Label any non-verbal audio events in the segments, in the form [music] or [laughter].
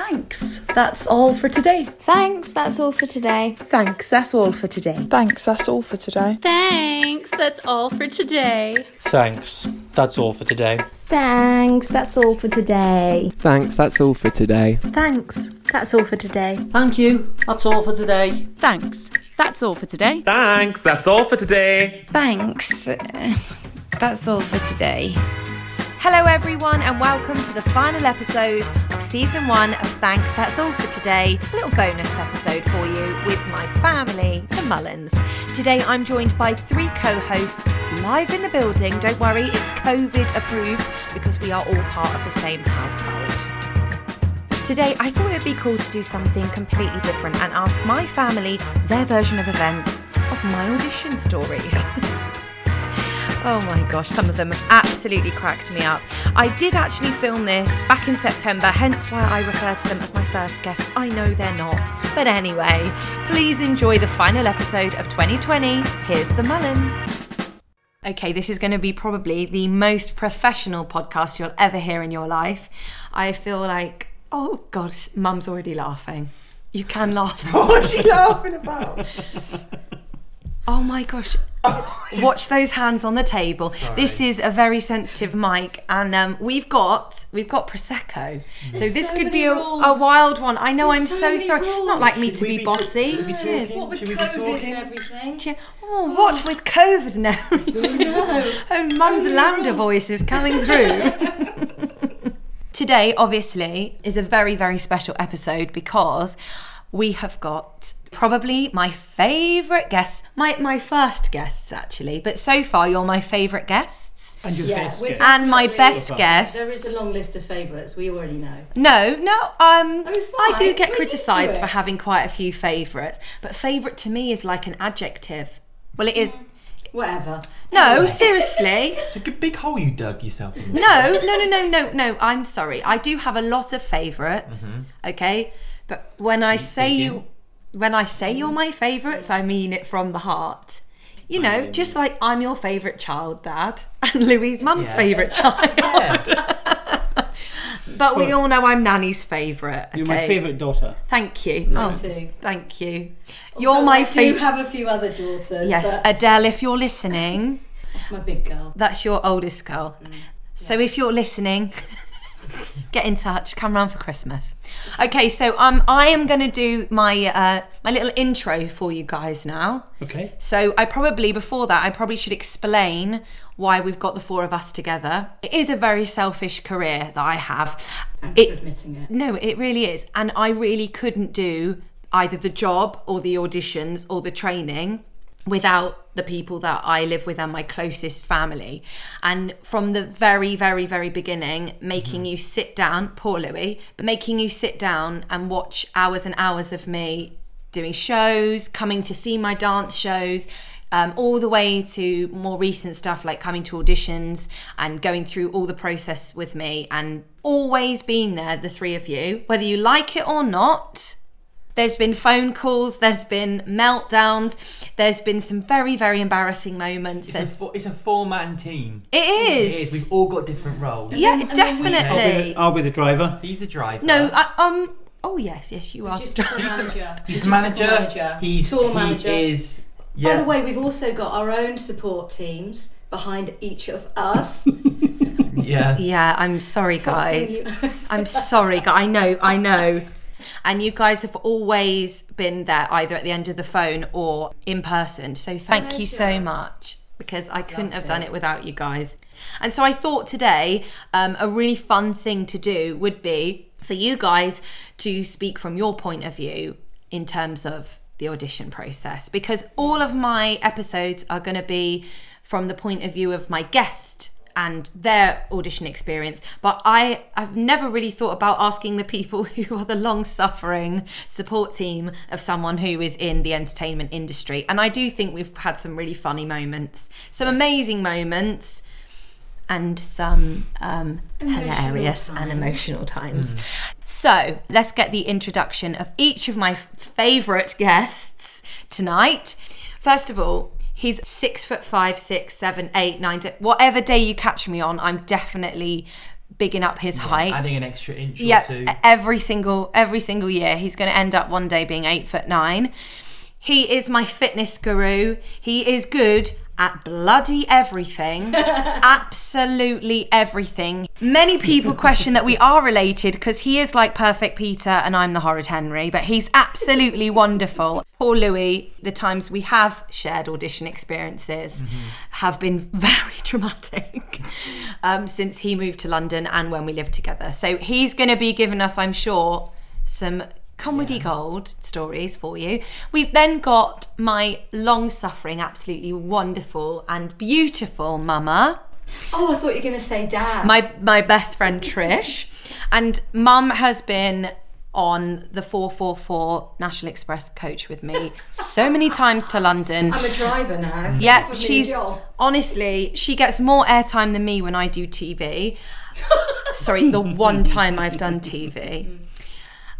thanks. That's all for today. Thanks, that's all for today. Thanks, that's all for today. Thanks, that's all for today. Thanks, that's all for today. Thanks. That's all for today. Thanks, that's all for today. Thanks, that's all for today. Thanks, that's all for today. Thank you. That's all for today. Thanks, that's all for today. Thanks, that's all for today. Thanks. That's all for today. Hello, everyone, and welcome to the final episode of season one of Thanks, That's All for Today. A little bonus episode for you with my family, the Mullins. Today, I'm joined by three co hosts live in the building. Don't worry, it's COVID approved because we are all part of the same household. Today, I thought it'd be cool to do something completely different and ask my family their version of events of my audition stories. oh my gosh, some of them have absolutely cracked me up. I did actually film this back in September, hence why I refer to them as my first guests. I know they're not. But anyway, please enjoy the final episode of 2020. Here's the Mullins. Okay, this is going to be probably the most professional podcast you'll ever hear in your life. I feel like, oh God, mum's already laughing. You can laugh. [laughs] what is she laughing about? Oh my gosh. Watch those hands on the table. This is a very sensitive mic, and um, we've got we've got prosecco. so this could be a, a wild one. I know I'm so, sorry. Not like me to be, bossy. Cheers. Should we be talking? And everything. Cheer- Oh, what with COVID and everything. [laughs] oh, mum's lambda voice is coming through. [laughs] Today, obviously, is a very, very special episode because we have got probably my favourite guests, my, my first guests actually, but so far you're my favourite guests And your best we're guest. just and my suddenly- best guests. There is a long list of favourites. We already know. No, no. Um, it's I do fine. get We're used to criticised it. for having quite a few favourites, but favourite to me is like an adjective. Well, it is. Whatever. No, seriously. It's a good big hole you dug yourself in. No, no, no, no, no, no. I'm sorry. I do have a lot of favorites Okay, but when I say you, when I say you're my favourites, I mean it from the heart. You know, just like I'm your favourite child, Dad, [laughs] and Louie's mum's Yeah. favourite child. but we all know I'm Nanny's favourite. Okay? You're my favourite daughter. Thank you. Oh, too. thank you. You're my I do favourite. have a few other daughters. Yes, but Adele, if you're listening, that's my big girl. that's your oldest girl. So if you're listening, [laughs] get in touch. Come round for Christmas. Okay, so um, I am going to do my uh, my little intro for you guys now. Okay. So I probably before that I probably should explain why we've got the four of us together. It is a very selfish career that I have. Thanks for It [laughs] admitting it. no, it really is. And I really couldn't do either the job or the auditions or the training without the people that I live with and my closest family. And from the very, very, very beginning, making you sit down, poor Louis, but making you sit down and watch hours and hours of me doing shows, coming to see my dance shows, um, all the way to more recent stuff like coming to auditions and going through all the process with me and always being there, the three of you, whether you like it or not. There's been phone calls, there's been meltdowns, there's been some very, very embarrassing moments. It's a, There's, fo- it's a four man team. it is. It is. We've all got different roles. Yeah, And then we- I'll be, definitely. the, I'll be the driver. He's the driver. No, I, um, oh yes, yes, you are. [laughs] Just a manager. He's Just the a manager. manager. He's Tour he manager. is. Yeah. By the way, we've also got our own support teams behind each of [laughs] us. yeah. Yeah, I'm sorry, guys. I'm sorry, guy. I know, I know. And you guys have always been there, either at the end of the phone or in person. So thank you so much because I couldn't have done it without you guys. And so I thought today um, a really fun thing to do would be for you guys to speak from your point of view in terms of the audition process because all of my episodes are going to be from the point of view of my guest and their audition experience. But I have never really thought about asking the people [laughs] who are the long suffering support team of someone who is in the entertainment industry. And I do think we've had some really funny moments, some amazing moments. And some um, hilarious and emotional times. Mm. So let's get the introduction of each of my f- favourite guests tonight. First of all, he's six foot five, six, seven, eight, nine, ten. Whatever day you catch me on, I'm definitely bigging up his height. Adding an extra inch Yeah, e-, or two. every single every single year he's going to end up one day being eight foot nine. He is my fitness guru. He is good at bloody everything, absolutely everything. Many people question that we are related because he is like perfect Peter and I'm the horrid Henry, but he's absolutely wonderful. Poor Louis. The times we have shared audition experiences have been [laughs] very dramatic um, since he moved to London and when we lived together. So he's going to be giving us, I'm sure, some comedy gold stories for you. We've then got my long suffering, absolutely wonderful and beautiful mama, Oh, I thought you were going to say dad. my, my best friend Trish. And mum has been on the 444 National Express coach with me so many times to London. I'm a driver Mm. now. Yeah, Offered me a she's job. honestly, she gets more airtime than me when I do [laughs] TV. Sorry, the one time I've done TV.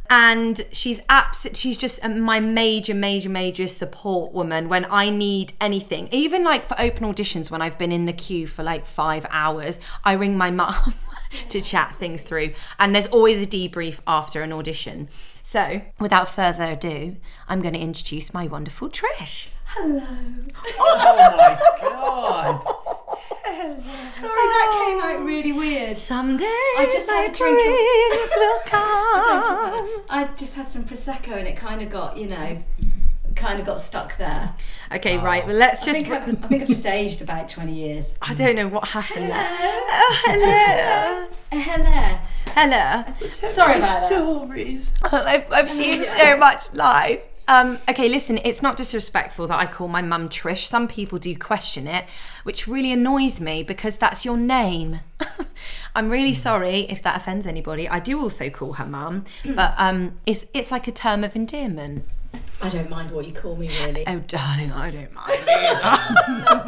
And she's abs- she's just uh, my major, major, major support woman when I need anything. Even like for open auditions, when I've been in the queue for like five hours, I ring my mum [laughs] to chat things through. And there's always a debrief after an audition. So, without further ado, I'm going to introduce my wonderful Trish. Oh my god! Sorry, that came out really weird. Someday I just had a my drink of- dreams will [laughs] come. Don't you- I just had some prosecco and it kind of got, you know, kind of got stuck there. okay, right. Well, let's I just. think, I've, I think I've just aged about 20 years. I don't know what happened there. Oh, hello, Uh, Hello. hello. Sorry about that. Stories. Oh, I've, I've seen so much live. Um, okay, listen, it's not disrespectful that I call my mum Trish. Some people do question it, which really annoys me because that's your name. [laughs] I'm really Hmm. sorry if that offends anybody. I do also call her mum, but um, it's it's like a term of endearment. I don't mind what you call me, [laughs] really. Oh, darling, I don't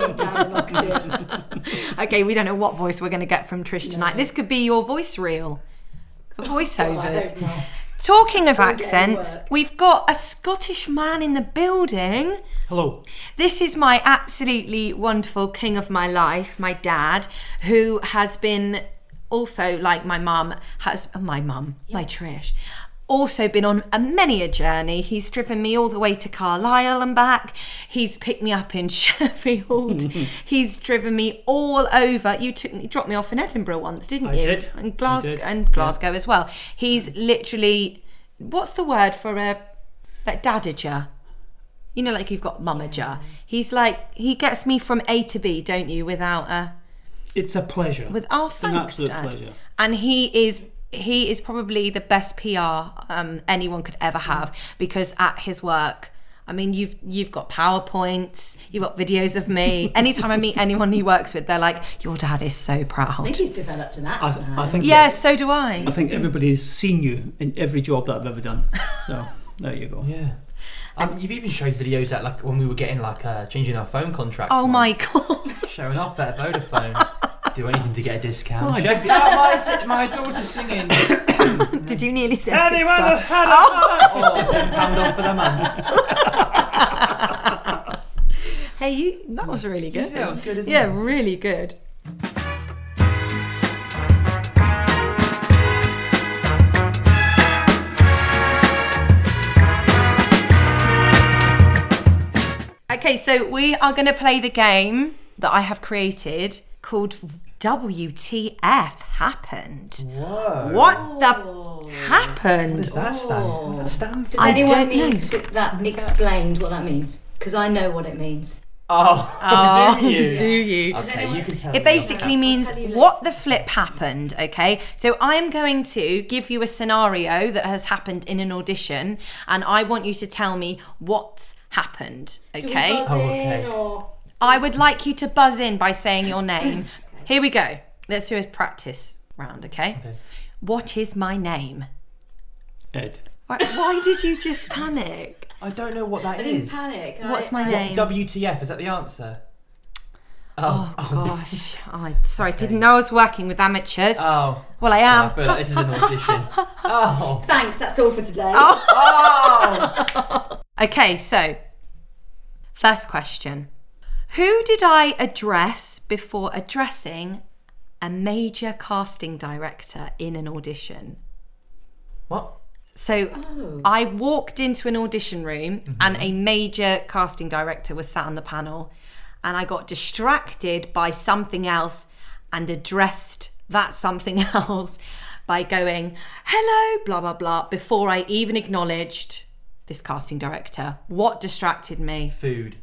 mind. Damn innocuous. Okay, we don't know what voice we're going to get from Trish tonight. This could be your voice reel for Oh, I voiceovers. hope not. Talking of get accents, any work. we've got a Scottish man in the building. Hello. This is my absolutely wonderful king of my life, my dad, who has been also like my mum has uh, my mum, my Trish. Also been on a many a journey. He's driven me all the way to Carlisle and back. He's picked me up in [laughs] Sheffield. [laughs] He's driven me all over. You took me, dropped me off in Edinburgh once, didn't I you? did. I And Glasgow did, and Glasgow as well. He's literally what's the word for a like dadager? you know, like you've got mummager. He's like he gets me from A to B, don't you? Without a It's a pleasure. with our it's an thanks, absolute Dad. pleasure. And he is he is probably the best PR um, anyone could ever have because at his work. I mean, you've you've got powerpoints, you've got videos of [laughs] me. Anytime I meet anyone he works with, they're like, "Your dad is so I think proud." he's developed an act I, th- now. I think. Yeah, so do I. I think everybody's seen you in every job that I've ever done. So there you go. Yeah. Um, you've even showed videos that like when we were getting like uh, changing our phone contracts. Oh my once. god! Showing off that Vodafone. Do anything to get a discount. Well, Oh, I Check out my, my daughter singing. Did you nearly say Anyone sister? have had a oh, ten pound off for the month. Hey, you. That was really good. Yeah, it was good, [laughs] isn't Yeah, it? really good. Okay, so we are going to play the game that I have created called WTF Happened. Whoa. What the What happened? does that stand for? What does that stand for? Does I anyone don't need know. to- that explained what that means? Because I know what it means. Oh, [laughs] do you? Do you? Okay, you can tell It me. basically means what the flip happened, okay? So I am going to give you a scenario that has happened in an audition and I want you to tell me what's happened, okay? Oh, okay. I would like you to buzz in by saying your name. Here we go. Let's do a practice round, okay? Okay. What is my name? [laughs] Ed. Why, why did you just panic? I don't know what that I didn't is. panic. I- What's my I- name? WTF? Is that the answer? oh gosh. [laughs] I sorry, didn't know I was working with amateurs. [laughs] Oh. well, I I am. feel like this [laughs] is an audition. Oh. Thanks, that's all for today. Oh. Okay, so first question Who did I address before addressing a major casting director in an audition. What? So Oh. I walked into an audition room Mm-hmm. and a major casting director was sat on the panel and I got distracted by something else and addressed that something [laughs] else by going, hello, blah, blah, blah, before I even acknowledged this casting director. What distracted me? Food.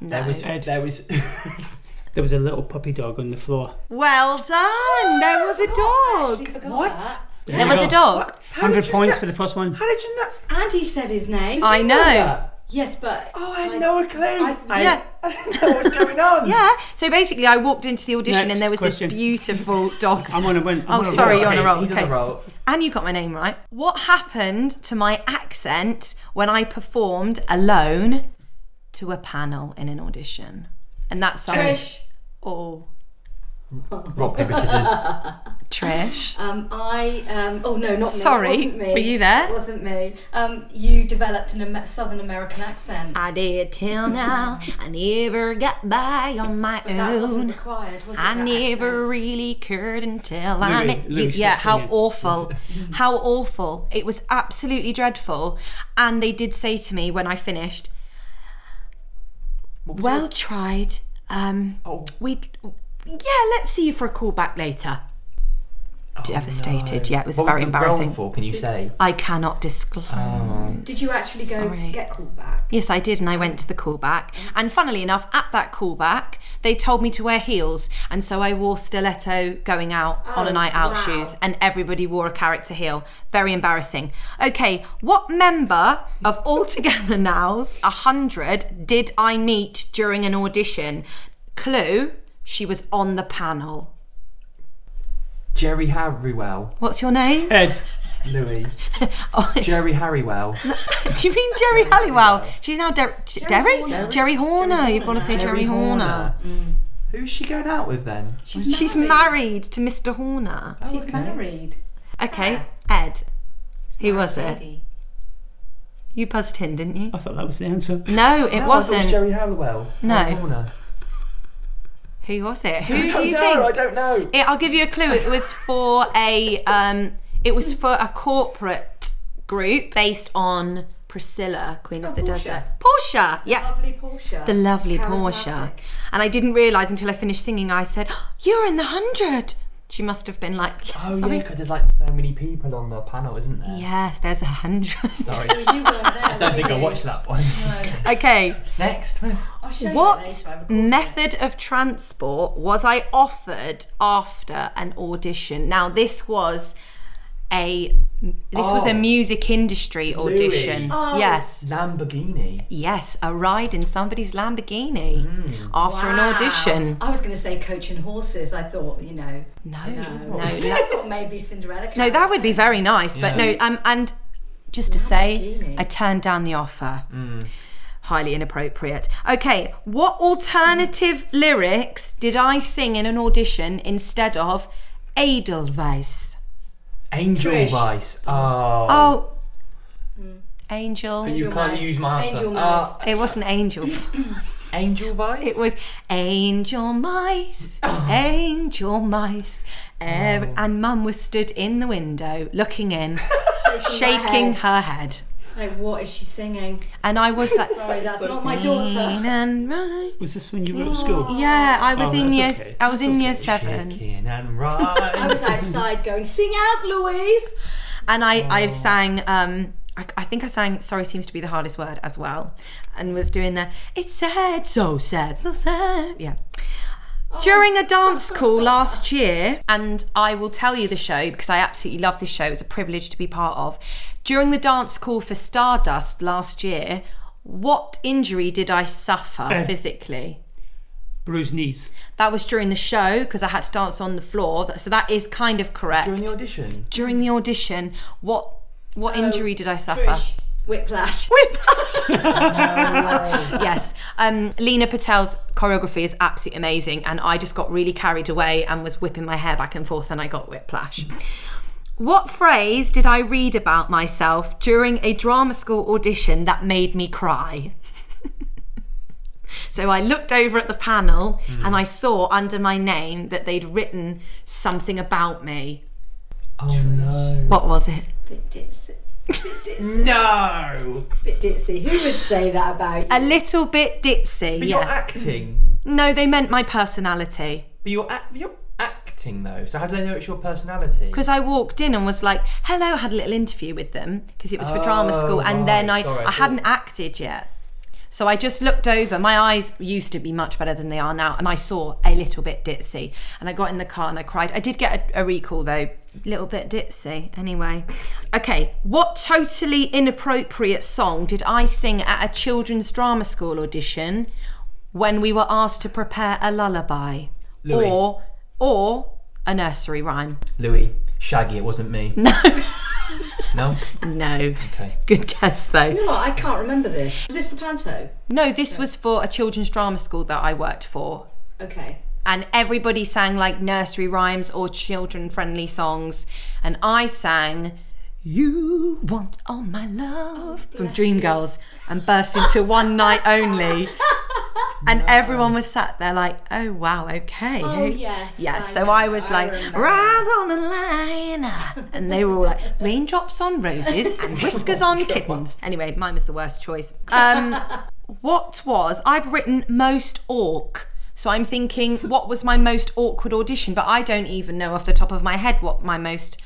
There was. There was. [laughs] There was a little puppy dog on the floor. Well Oh, done! There was a dog. what? There was a dog. Hundred points for the first one. How did you know? Andy said his name. I know. [laughs] that? yes, but Oh, I had no clue. I, Yeah. I didn't know what's going on. Yeah. So basically, I walked into the audition Next and there was question. this beautiful dog. I'm on a win. I'm Oh, on a sorry, roll. you're on a roll. He's okay. on a roll. And you got my name right. What happened to my accent when I performed alone to a panel in an audition? And that's Trish. Oh, Rock paper [laughs] scissors. Oh, Trish. Um, I um, oh no, not me. Sorry. it wasn't me. Were you there? It wasn't me. Um, you developed an Amer- Southern American [laughs] accent. I did till now. I never got by on my But that wasn't required, was it? I that never accent? really cared until I Louis- met you. Louis Yeah, stopped how [laughs] singing. awful. how awful. It was absolutely dreadful. And they did say to me when I finished, well tried. Um, Oh. We'd, yeah, let's see you for a call back later. Devastated. Yeah, it was Oh, What very was the roll embarrassing. For Oh. can you say? I cannot disclose. Did you actually go Sorry. get called back? Yes, I did, and I went to the callback. And funnily enough, at that callback, they told me to wear heels, and so I wore stiletto going out on a Oh, night out wow. shoes, and everybody wore a character heel. Very embarrassing. Okay, what member of [laughs] Altogether Now's 100 did I meet during an audition? Clue, she was on the panel. Jerry Harrywell. What's your name? [laughs] Ed. Louis. Oh. Jerry [laughs] Harrywell. Do you mean Jerry Halliwell? She's now Der- Jerry? Jerry Horner. Horner. You've got to say Jerry, Horner. Who's she going out with then? She's married to Mr. Horner. Oh. She's married. Okay, Ed. Who was it? You buzzed him, didn't you? I thought that was the answer. No, it No, I thought it Oh. was wasn't. Jerry Harrywell. No. Horner. Who was it? Who [laughs] I don't do you know. I think? don't know. It, I'll give you a clue. [laughs] It was for a um, it was for a corporate group based on Priscilla, Queen Oh, of the Desert. Portia. Yeah. Lovely Portia. The lovely Portia. Charismatic. And I didn't realise until I finished singing. I said, "Oh, "You're in the hundred. She must have been like, Oh "Yes, yeah, I'm- 'cause there's like so many people on the panel, isn't there? yes, there's a hundred. [laughs] Sorry. Well, you weren't there. [laughs] I don't think I watched that one. [laughs] Okay. [laughs] Next. I'll show you that What later, I recorded it. method of transport was I offered after an audition? Now this was a this was a Oh. music industry audition. Oh. Yes. Lamborghini. Yes, a ride in somebody's Lamborghini Mm. after an audition. I was going to say coaching horses. I thought, you know, No. no, [laughs] No. I that- thought maybe Cinderella. no, that would be very nice, but no, um and just to say Lamborghini. I turned down the offer. Mm. Highly inappropriate. Okay, what alternative lyrics did I sing in an audition instead of Edelweiss? Angel Trish. Vice. Oh. Oh, Angel. you can't Mouse. use my answer. Angel Uh, Mouse. It wasn't Angel. [laughs] Angel Vice. It was Angel [coughs] Mice, Angel Mice. Oh. Ev- And Mum was stood in the window looking in, shaking her head. Like, what is she singing? And I was like, Sorry, that's not my daughter. "Green and right." Was this when you were at school? Yeah, I was Oh, in that's year. okay. I was in year seven, [laughs] Shaking and [laughs] I right. was outside going, sing out, Louise. and I I sang. Um, I, I think I sang. Sorry seems to be the hardest word as well, and was doing the. It's sad, so sad, so sad. Yeah. Oh, During a dance call last year, and I will tell you the show because I absolutely love this show. It was a privilege to be part of. During the dance call for Stardust last year, what injury did I suffer physically? Bruised knees. That was during the show because I had to dance on the floor. Th- So that is kind of correct. During the Um, audition. During the audition, what what injury did I suffer? Trish, [laughs] Whiplash. yes. Um, Lena Patel's choreography is absolutely amazing, and I just got really carried away and was whipping my hair back and forth, and I got whiplash. What phrase did I read about myself during a drama school audition that made me cry? [laughs] So I looked over at the panel Hmm. and I saw under my name that they'd written something about me. Oh no. What was it? Bit ditzy. No! Bit ditzy. Who would say that about you? A little bit ditzy. But yeah. you're acting. no, they meant my personality. But you're, act- you're acting though, so how do they know it's your personality? Because I walked in and was like, hello, had a little interview with them because it was for drama Oh, school. And then I, right. Sorry, I I hadn't thought- acted yet. So I just looked over. My eyes used to be much better than they are now. And I saw a little bit ditzy. And I got in the car and I cried. I did get a, a recall though. Little bit ditzy. Anyway. Okay. What totally inappropriate song did I sing at a children's drama school audition when we were asked to prepare a lullaby? Louis. Or, or a nursery rhyme? Louis, Shaggy, it wasn't me. No. no? No. [laughs] Okay. Good guess though. You know what? I can't remember this. Was this for Panto? No, this was for a children's drama school that I worked for. Okay. And everybody sang like nursery rhymes or children friendly songs. And I sang, You Want All My Love from Dreamgirls and burst into One Night Only. [laughs] And everyone was sat there like, Oh, wow, okay. Oh, yes, Yeah, I so I remember, was I like, remember. Right on the line. And they were all like, Raindrops on roses and whiskers on kittens. Anyway, mine was the worst [laughs] choice. Um, what was I've written most awk. So I'm thinking, what was my most awkward audition? But I don't even know off the top of my head what my most,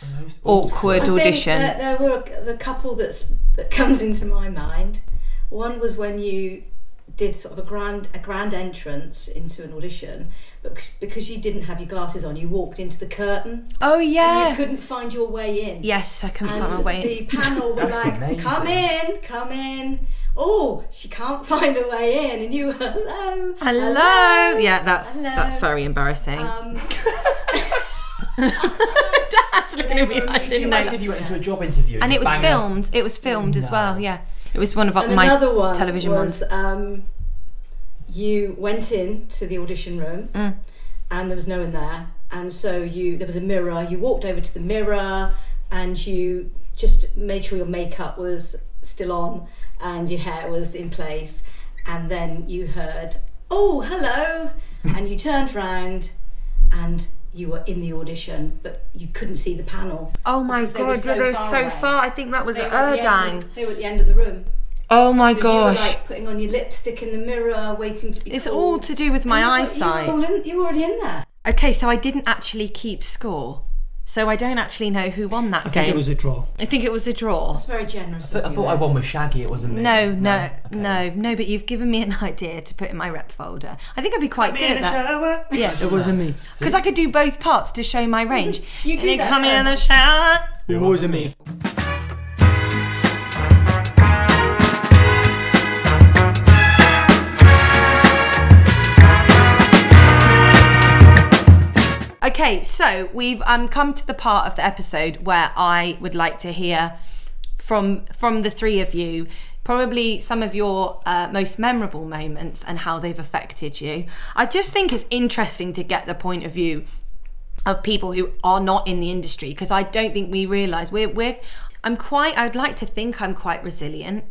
awkward, I think uh, audition. that there were the couple that's that comes into my mind. One was when you did sort of a grand a grand entrance into an audition, but c- because you didn't have your glasses on, you walked into the curtain. oh and yeah, you couldn't find your way in. yes, I can and find my way. in. the panel were That's like, amazing. "Come in, come in." Oh, she can't [laughs] find her way in, and you were hello, Hello. Yeah, that's Hello. that's very embarrassing. [laughs] Um, [laughs] Dad's looking at me. I Can you didn't know. imagine That. if you went into a job interview And you it was banged off- filmed. It was filmed as well. Yeah, it was one of and my another one television was, ones. Um, you went in to the audition room, Mm. and there was no one there, and so you there was a mirror. You walked over to the mirror, and you just made sure your makeup was still on and your hair was in place, and then you heard, "Oh, [laughs] hello," and you turned round, and you were in the audition, but you couldn't see the panel. Oh my because they were god, yeah, so they were far so away. far. I think that was They at were at the end- Erdang. They were at the end of the room. Oh my So gosh. You were like putting on your lipstick in the mirror, waiting to be. It's called. all to do with my And you were- eyesight. You were, all in, you were already in there. Okay, so I didn't actually keep score. So I don't actually know who won that I game. think it was a draw. I think it was a draw. It's very generous. I thought I won with Shaggy, it wasn't me. No, no, Okay. no, no, but you've given me an [laughs] idea to put in my rep folder. I think I'd be quite good at In a that. shower. [laughs] Yeah, it wasn't me. Because I could do both parts to show my range. You do And that come in so the shower. It wasn't me. Okay, so we've um, come to the part of the episode where I would like to hear from from the three of you probably some of your uh, most memorable moments and how they've affected you. I just think it's interesting to get the point of view of people who are not in the industry because I don't think we realize we're we're I'm quite I'd like to think I'm quite resilient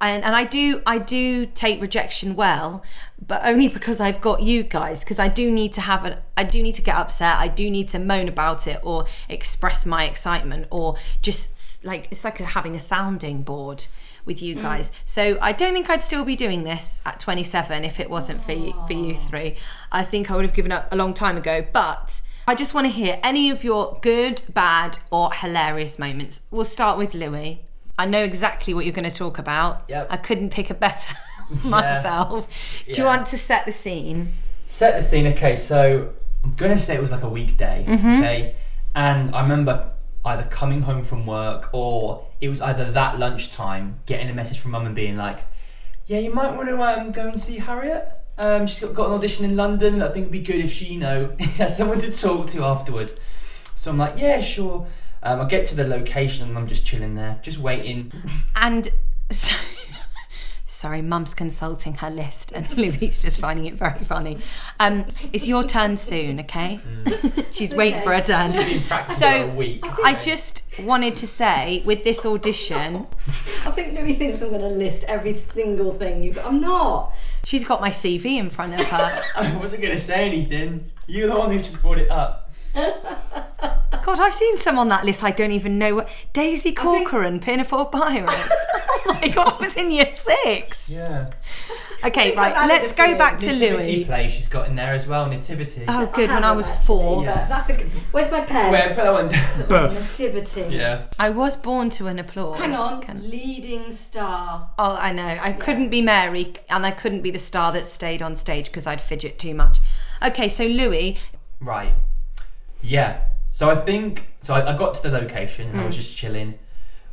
and and I do I do take rejection well, but only because I've got you guys because I do need to have an I do need to get upset. I do need to moan about it or express my excitement or just s- like it's like having a sounding board with you guys. So I don't think I'd still be doing this at 27 if it wasn't for you, for you three. I think I would have given up a long time ago, but I just want to hear any of your good, bad, or hilarious moments. We'll start with Louis. I know exactly what you're going to talk about. Yep. I couldn't pick a better [laughs] myself. Do you Yeah. want to set the scene? set the scene. Okay, so I'm gonna say it was like a weekday. Mm-hmm. Okay, and I remember either coming home from work or it was either that lunchtime getting a message from mum and being like, "Yeah, you might want to um, go and see Harriet. Um, she's got, got an audition in London, and I think it'd be good if she you know [laughs] has someone to talk to afterwards." So I'm like, "Yeah, sure." Um, I get to the location and I'm just chilling there, just waiting. And so, [laughs] sorry, Mum's consulting her list, and [laughs] Louise just finding it very funny. Um, it's your turn soon, okay? Mm. [laughs] She's waiting for her turn. Been practicing So, for a week. I just wanted to say with this audition, I think Louis thinks I'm going to list every single thing you. But I'm not. She's got my CV in front of [laughs] her. [laughs] I wasn't going to say anything. You're the one who just brought it up. God, I've seen some on that list. I don't even know what Daisy Corcoran, Pinafore Pirates. [laughs] [laughs] oh my God, I was in year six. Yeah. Okay, right. that Let's is a go few. back to Nativity Louis. play she's got in there as well. Nativity. Oh, good. When have I one was actually, four, but That's a. good- Where's my pen? Where put that one [laughs] down. Birth. Nativity. yeah. I was born to an applause. Hang on. Can- Leading star. Oh, I know. I couldn't be Mary, and I couldn't be the star that stayed on stage because I'd fidget too much. Okay, so Louis, Right. Yeah. So I think so. I, I got to the location and I was just chilling.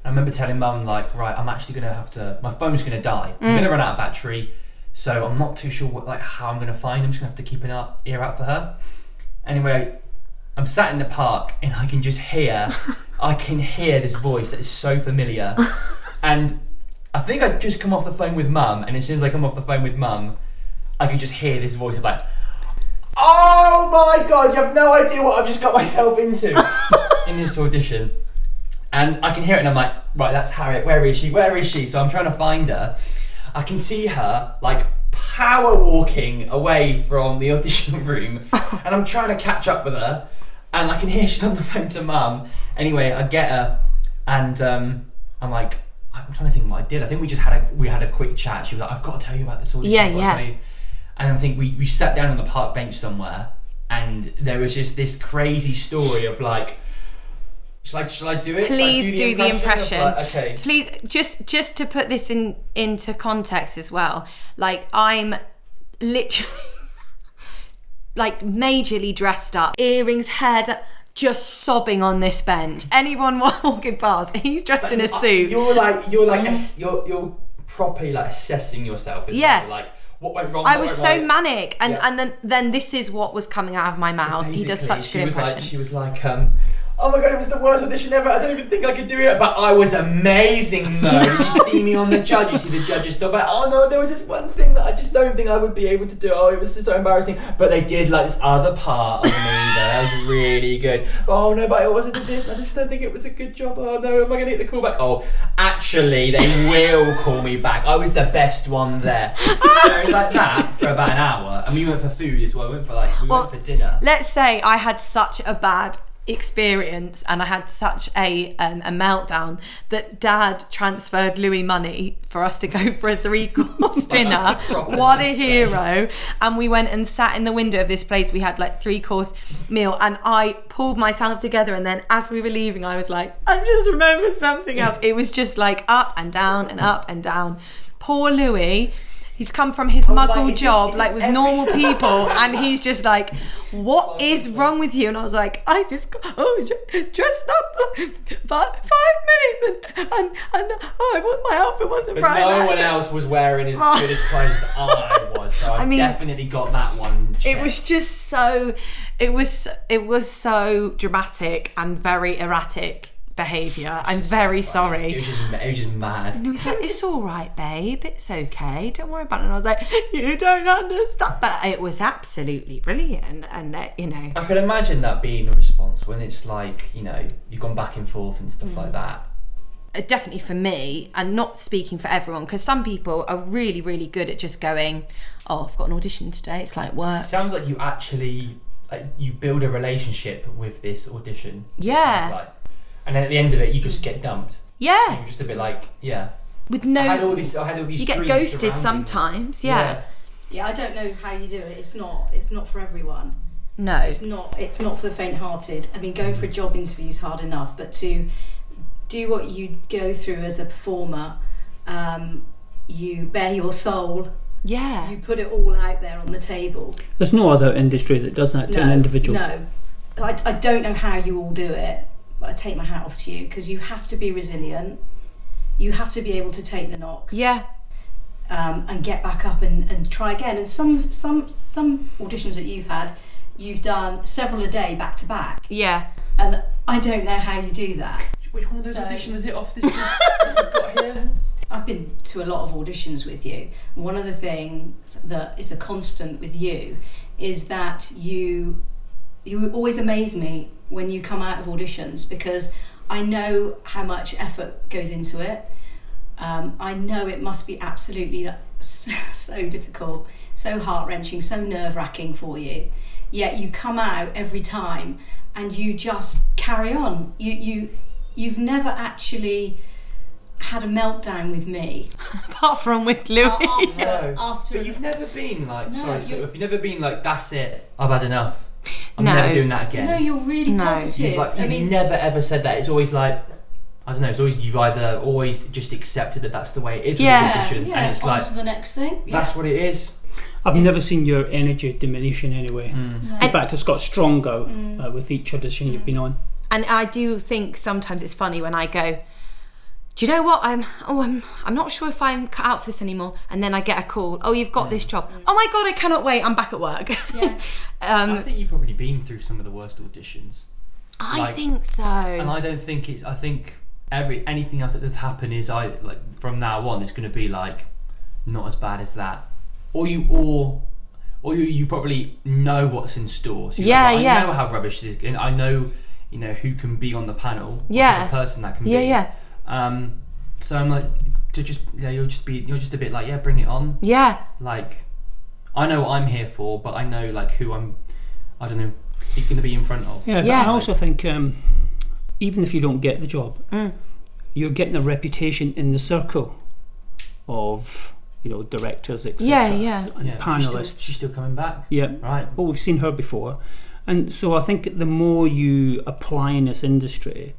I remember telling mum like, right, I'm actually gonna have to. My phone's gonna die. I'm gonna run out of battery, so I'm not too sure what, like how I'm gonna find. I'm just gonna have to keep an out- ear out for her. Anyway, I'm sat in the park and I can just hear, I can hear this voice that is so familiar, and I think I just come off the phone with mum, and as soon as I come off the phone with mum, I can just hear this voice of like, Oh my god, you have no idea what I've just got myself [laughs] into in this audition. And I can hear it and I'm like, right, that's Harriet, where is she? Where is she? So I'm trying to find her. I can see her like power walking away from the audition [laughs] [laughs] room and I'm trying to catch up with her and I can hear she's on the phone to mum. Anyway, I get her and um, I'm like, I'm trying to think what I did. I think we just had a we had a quick chat. She was like, I've got to tell you about this audition. Yeah, I've got to yeah. tell you." and I think we, we sat down on the park bench somewhere, and there was just this crazy story of like, shall I, shall I do it? Shall I please do the impression. Of, like, okay. Please just just to put this in into context as well. Like I'm literally [laughs] like majorly dressed up, earrings, hair, done, just sobbing on this bench. Anyone [laughs] walking past, he's dressed in a suit. Uh, You're like you're Mm. like ass- you're you're properly like assessing yourself. isn't Yeah. it? Like what went wrong? I what was went so right? manic, and Yeah. and then then this is what was coming out of my mouth. he does Basically, such she good was impression. Like, she was like, um, "Oh my god, it was the worst audition ever. I don't even think I could do it, but I was [laughs] amazing though. you see me on the judge. You see the judges stop. Like, oh no, there was this one thing that I just don't think I would be able to do. Oh, it was so embarrassing. But they did like this other part of me that was really good. Oh no, but it wasn't this. I just don't think it was a good job. Oh no, am I gonna get the call back? Oh, actually, they will call me back. I was the best one there. So it was like that for about an hour, and we went for food as well. We went for like we Well, went for dinner. let's say I had such a bad experience and I had such a um, a meltdown that Dad transferred Louis money for us to go for a three [laughs] course dinner. Proper what a nice hero! And we went and sat in the window of this place. We had like three course meal, and I pulled myself together. And then as we were leaving, I was like, I just remember something else. It was just like up and down and up and down. Poor Louis. He's come from his was like, muggle is this- job, is like this with every- Oh, normal people, [laughs] and he's just like, "What is wrong with you?" And I was like, "I just got, oh ju- dressed up but five minutes, and and, and oh, I want my outfit wasn't But right." no and I- one else was wearing as Oh. good as clothes as I was, so [laughs] I, I mean, definitely got that one. It checked. was just so, it was it was so dramatic and very erratic behaviour. I'm very It was sorry. just, it was just mad. And he was like, "It's all right, babe. It's okay. Don't worry about it." And I was like, "You don't understand." But it was absolutely brilliant, and uh, you know. I can imagine that being a response when it's like you know you've gone back and forth and stuff Mm. like that. uh, definitely for me and not speaking for everyone because some people are really really good at just going oh i've got an audition today it's like work Sounds like you actually like, you build a relationship with this audition. it Yeah. sounds like. And then at the end of it, you just get dumped. yeah You're just a bit like, yeah. with I had no all these. I had all these. you get dreams ghosted surrounding- sometimes yeah, Yeah, I don't know how you do it. It's not. It's not for everyone. no It's not. It's not for the faint-hearted. I mean, going for a job interview is hard enough, but to do what you go through as a performer, um, you bare your soul. yeah You put it all out there on the table. There's no other industry that does that to an individual. No, I, I don't know how you all do it, but I take my hat off to you because you have to be resilient. You have to be able to take the knocks yeah um, and get back up and, and try again. And some some some auditions that you've had, you've done several a day back to back, yeah and I don't know how you do that. Which one of those So- auditions is it off this list that you've got here? I've been to a lot of auditions with you. One of the things that is a constant with you is that you you always amaze me when you come out of auditions because I know how much effort goes into it. Um, I know it must be absolutely [laughs] like, so, so difficult, so heart wrenching, so nerve wracking for you. Yet you come out every time and you just carry on. You, you, you've never actually had a meltdown [laughs] with me Apart from with Louis. after, No. after But you've never been like, No, sorry, to you- cut you off, you've never been like, that's it, I've had enough. I'm No. never doing that again. No, you're really No. positive. You've, like, I you've mean, never ever said that. It's always like, I don't know, it's always, you've either always just accepted that that's the way it is with Yeah, auditions, yeah, and it's on like, to the next thing. Yeah. that's what it is. I've never seen your energy diminish in any way. In fact, it's got stronger uh, Hmm. with each audition you've been on. And I do think sometimes it's funny when I go, do you know what? I'm oh I'm I'm not sure if I'm cut out for this anymore. And then I get a call. Oh, you've got this job. Oh my god, I cannot wait. I'm back at work. Yeah. [laughs] um, I think you've probably been through some of the worst auditions. I like- think so. and I don't think it's. I think every anything else that does happen is I like from now on it's going to be like not as bad as that, or you or or you, you probably know what's in store. So you're Yeah, like, "Oh, yeah. I know how rubbish this, and I know you know who can be on the panel. what Yeah. kind of person that can yeah, be. yeah, Um, so I'm like to just yeah, you'll just be you're just a bit like yeah, bring it on. yeah. Like I know what I'm here for, but I know like who I'm. I don't know. You're going to be in front of. Yeah, Yeah. but I also think um, even if you don't get the job, Hmm. you're getting a reputation in the circle of you know directors, etc. Yeah, yeah. and Yeah, she's still- panelists. she's still coming back. yeah, Right. well, we've seen her before, and so I think the more you apply in this industry,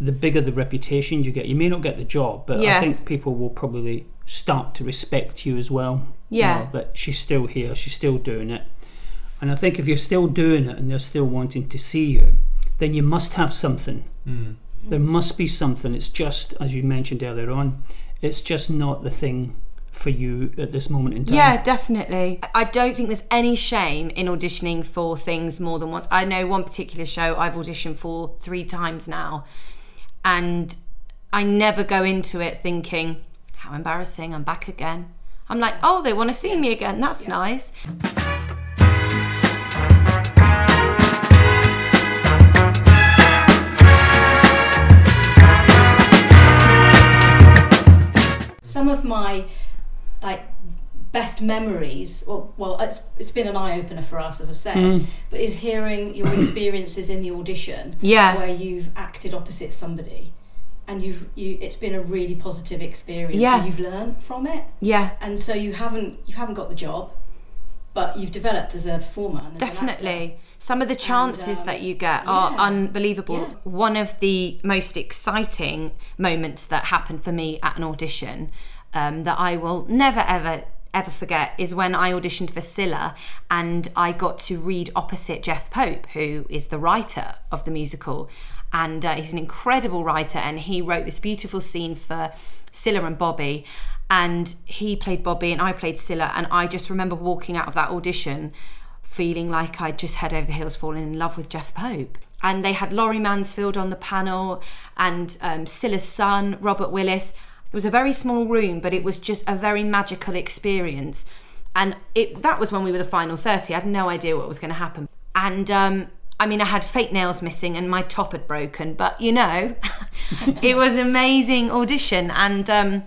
the bigger the reputation you get. You may not get the job, but Yeah. I think people will probably start to respect you as well. you Yeah. know, that she's still here, she's still doing it, and I think if you're still doing it and they're still wanting to see you, then you must have something. Mm. There must be something. It's just as you mentioned earlier on, it's just not the thing for you at this moment in time. Yeah, definitely. I- I don't think there's any shame in auditioning for things more than once. I know one particular show I've auditioned for three times now, and I never go into it thinking, how embarrassing, I'm back again. I'm like, oh, they want to see me again. That's nice. some of my like best memories well, well it's, it's been an eye-opener for us as i've said Hmm. but is hearing [coughs] your experiences in the audition Yeah. where you've acted opposite somebody and you've you it's been a really positive experience Yeah. and you've learned from it Yeah, and so you haven't you haven't got the job but you've developed as a performer and as an actor. definitely. Some of the chances um, that you get are yeah. unbelievable. Yeah. One of the most exciting moments that happened for me at an audition um, that I will never, ever, ever forget is when I auditioned for Scylla and I got to read opposite Jeff Pope, who is the writer of the musical. And uh, he's an incredible writer, and he wrote this beautiful scene for Scylla and Bobby. And he played Bobby, and I played Scylla. And I just remember walking out of that audition feeling like I'd just head over heels fallen in love with Jeff Pope. And they had Laurie Mansfield on the panel and um, Scylla's son, Robert Willis. It was a very small room, but it was just a very magical experience. And it, that was when we were the final 30. I had no idea what was going to happen. And um, I mean, I had fake nails missing and my top had broken, but you know, [laughs] it was an amazing audition. And um,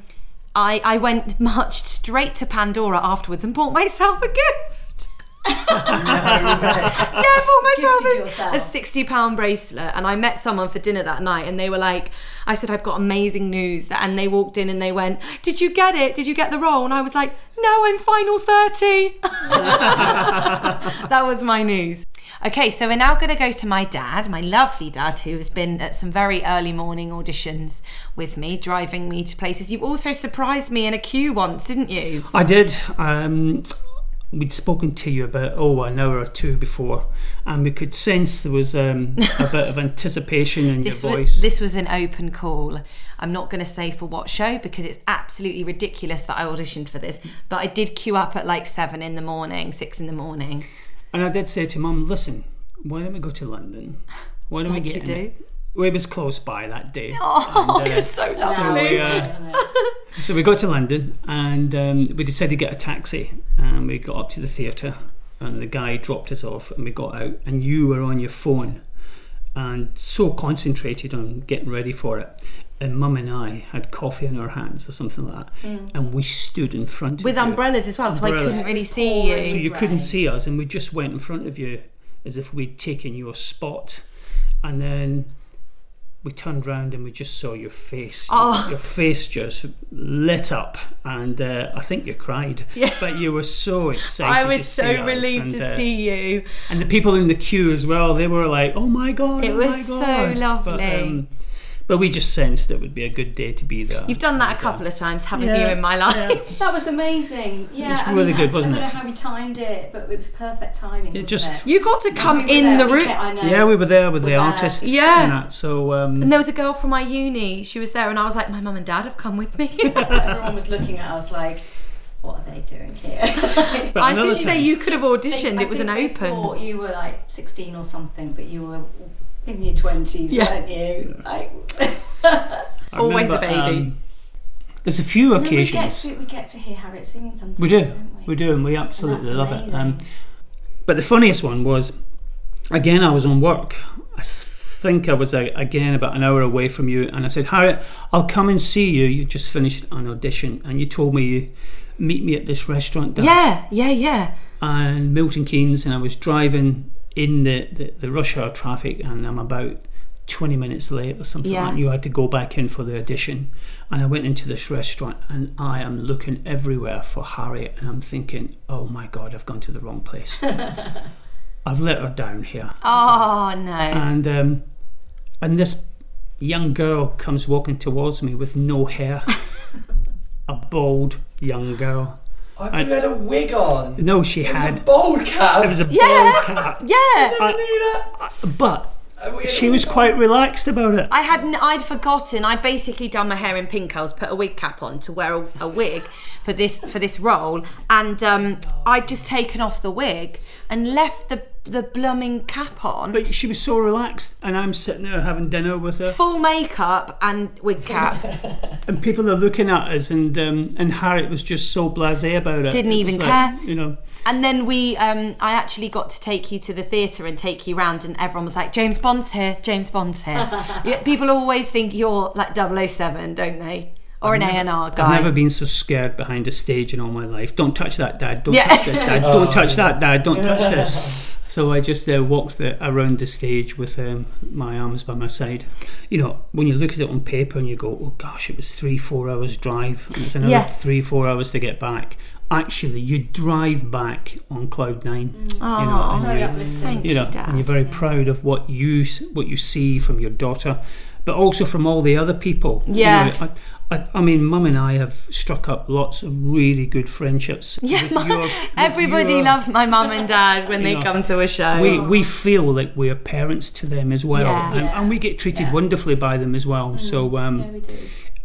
I, I went, [laughs] marched straight to Pandora afterwards and bought myself a gift. [laughs] Yeah, I bought Gifted myself a, yourself. a sixty pound bracelet, and I met someone for dinner that night, and they were like, "I said I've got amazing news," and they walked in and they went, "Did you get it? Did you get the role?" And I was like, "No, I'm final 30. [laughs] that was my news. Okay, so we're now going to go to my dad, my lovely dad, who has been at some very early morning auditions with me, driving me to places. You also surprised me in a queue once, didn't you? I did. Um, we'd spoken to you about oh an hour or two before, and we could sense there was um, a [laughs] bit of anticipation in your This voice. was, this was an open call. I'm not going to say for what show because it's absolutely ridiculous that I auditioned for this, but I did queue up at like seven in the morning, six in the morning, and I did say to Mum, "Listen, why don't we go to London? Why don't like we you get in do. it?" Well, it was close by that day. Oh, [laughs] And, uh, you're so so lovely. we, uh, so we got to London and um, we decided to get a taxi and we got up to the theatre and the guy dropped us off and we got out and you were on your phone and so concentrated on getting ready for it and Mum and I had coffee in our hands or something like that, and we stood in front Mm. With of you. umbrellas as well, so I Umbrellas. couldn't really see you. So you couldn't see us, and we just went in front of you as if we'd taken your spot, and then we turned round and we just saw your face. Oh. Your face just lit up, and uh, I think you cried. [laughs] Yeah. But you were so excited. I to was see so us, relieved and, to uh, see you. And the people in the queue as well, they were like, "Oh my god!" It oh my was so God." But, lovely. um, but we just sensed it would be a good day to be there. You've done that a couple of times, haven't Yeah. you, in my life? [laughs] That was amazing. Yeah, was I really mean, good, I, wasn't I don't it? know how we timed it, but it was perfect timing. It wasn't just- it? You got to come We were in the there, we room. kept- I know. Yeah, we were there with We're the there. artists. Yeah. And that, so um, And there was a girl from my uni. She was there, and I was like, "My mum and dad have come with me." [laughs] [laughs] Everyone was looking at us like, "What are they doing here?" [laughs] but I another did say thing- you could have auditioned. I it was an think they open. Thought you were like 16 or something, but you were in your 20s, Yeah. weren't you? [laughs] Like, I um, Always a baby. there's a few And then we get, occasions to, we, we get to hear Harriet singing sometimes. do, Don't we? we do, and we And that's absolutely love it. Um, amazing. but the funniest one was, again, I was on work. I s- think I was uh, again about an hour away from you, and I said, Harriet, I'll come and see you. You just finished an audition, and you told me you meet me at this restaurant. Dad." Yeah, yeah, yeah. and Milton Keynes, and I was driving in the, the, the rush hour traffic, and I'm about 20 minutes late or something Yeah. like that. You had to go back in for the audition. And I went into this restaurant, and I am looking everywhere for Harriet, and I'm thinking, oh my God, I've gone to the [laughs] wrong place. I've let her down here. Ah. Oh no. And, um, and this young girl comes walking towards me with [laughs] no hair. A bald young girl. I thought you had a wig on. No, she It was a had. bowl cap. [laughs] It was a Yeah. bald cap. yeah. I knew But that. she was quite relaxed about it. I had n- I'd forgotten. I'd basically done my hair in pink curls, put a wig cap on to wear a, a wig for this for this role, and um, I'd just taken off the wig and left the the blooming cap on, But she was so relaxed, and I'm sitting there having dinner with her, full makeup and [laughs] wig cap. and people are looking at us, and um, and Harriet was just so blasé about it. Didn't It was even like, care. you know. and then we, um, I actually got to take you to the theatre and take you round, and everyone was like, "James Bond's here, James Bond's [laughs] here." yeah, people always think you're like 007, don't they? Or an A and R guy. I've never been so scared behind a stage in all my life. Don't touch that, Dad. Don't Yeah. touch this, Dad. Don't touch that, Dad. Don't touch this. So I just uh, walked the, around the stage with um, my arms by my side. You know, when you look at it on paper and you go, "Oh gosh, it was three, four hours drive, and it's another Yeah. three, four hours to get back." Actually, you drive back on cloud nine. You know, and Very you- uplifting. Thank you know, Dad. and you're very proud of what you s- what you see from your daughter, but also from all the other people. You Yeah. know, I, I, I mean, Mum and I have struck up lots of really good friendships. [laughs] Yeah, with my- your- with Everybody your- loves my mum and dad when they uh, Yeah. come to a show. We, we feel like we're parents to them as well, Yeah. Mm. and, Yeah. and we get treated Yeah. wonderfully by them as well. So, Yeah, um, we do.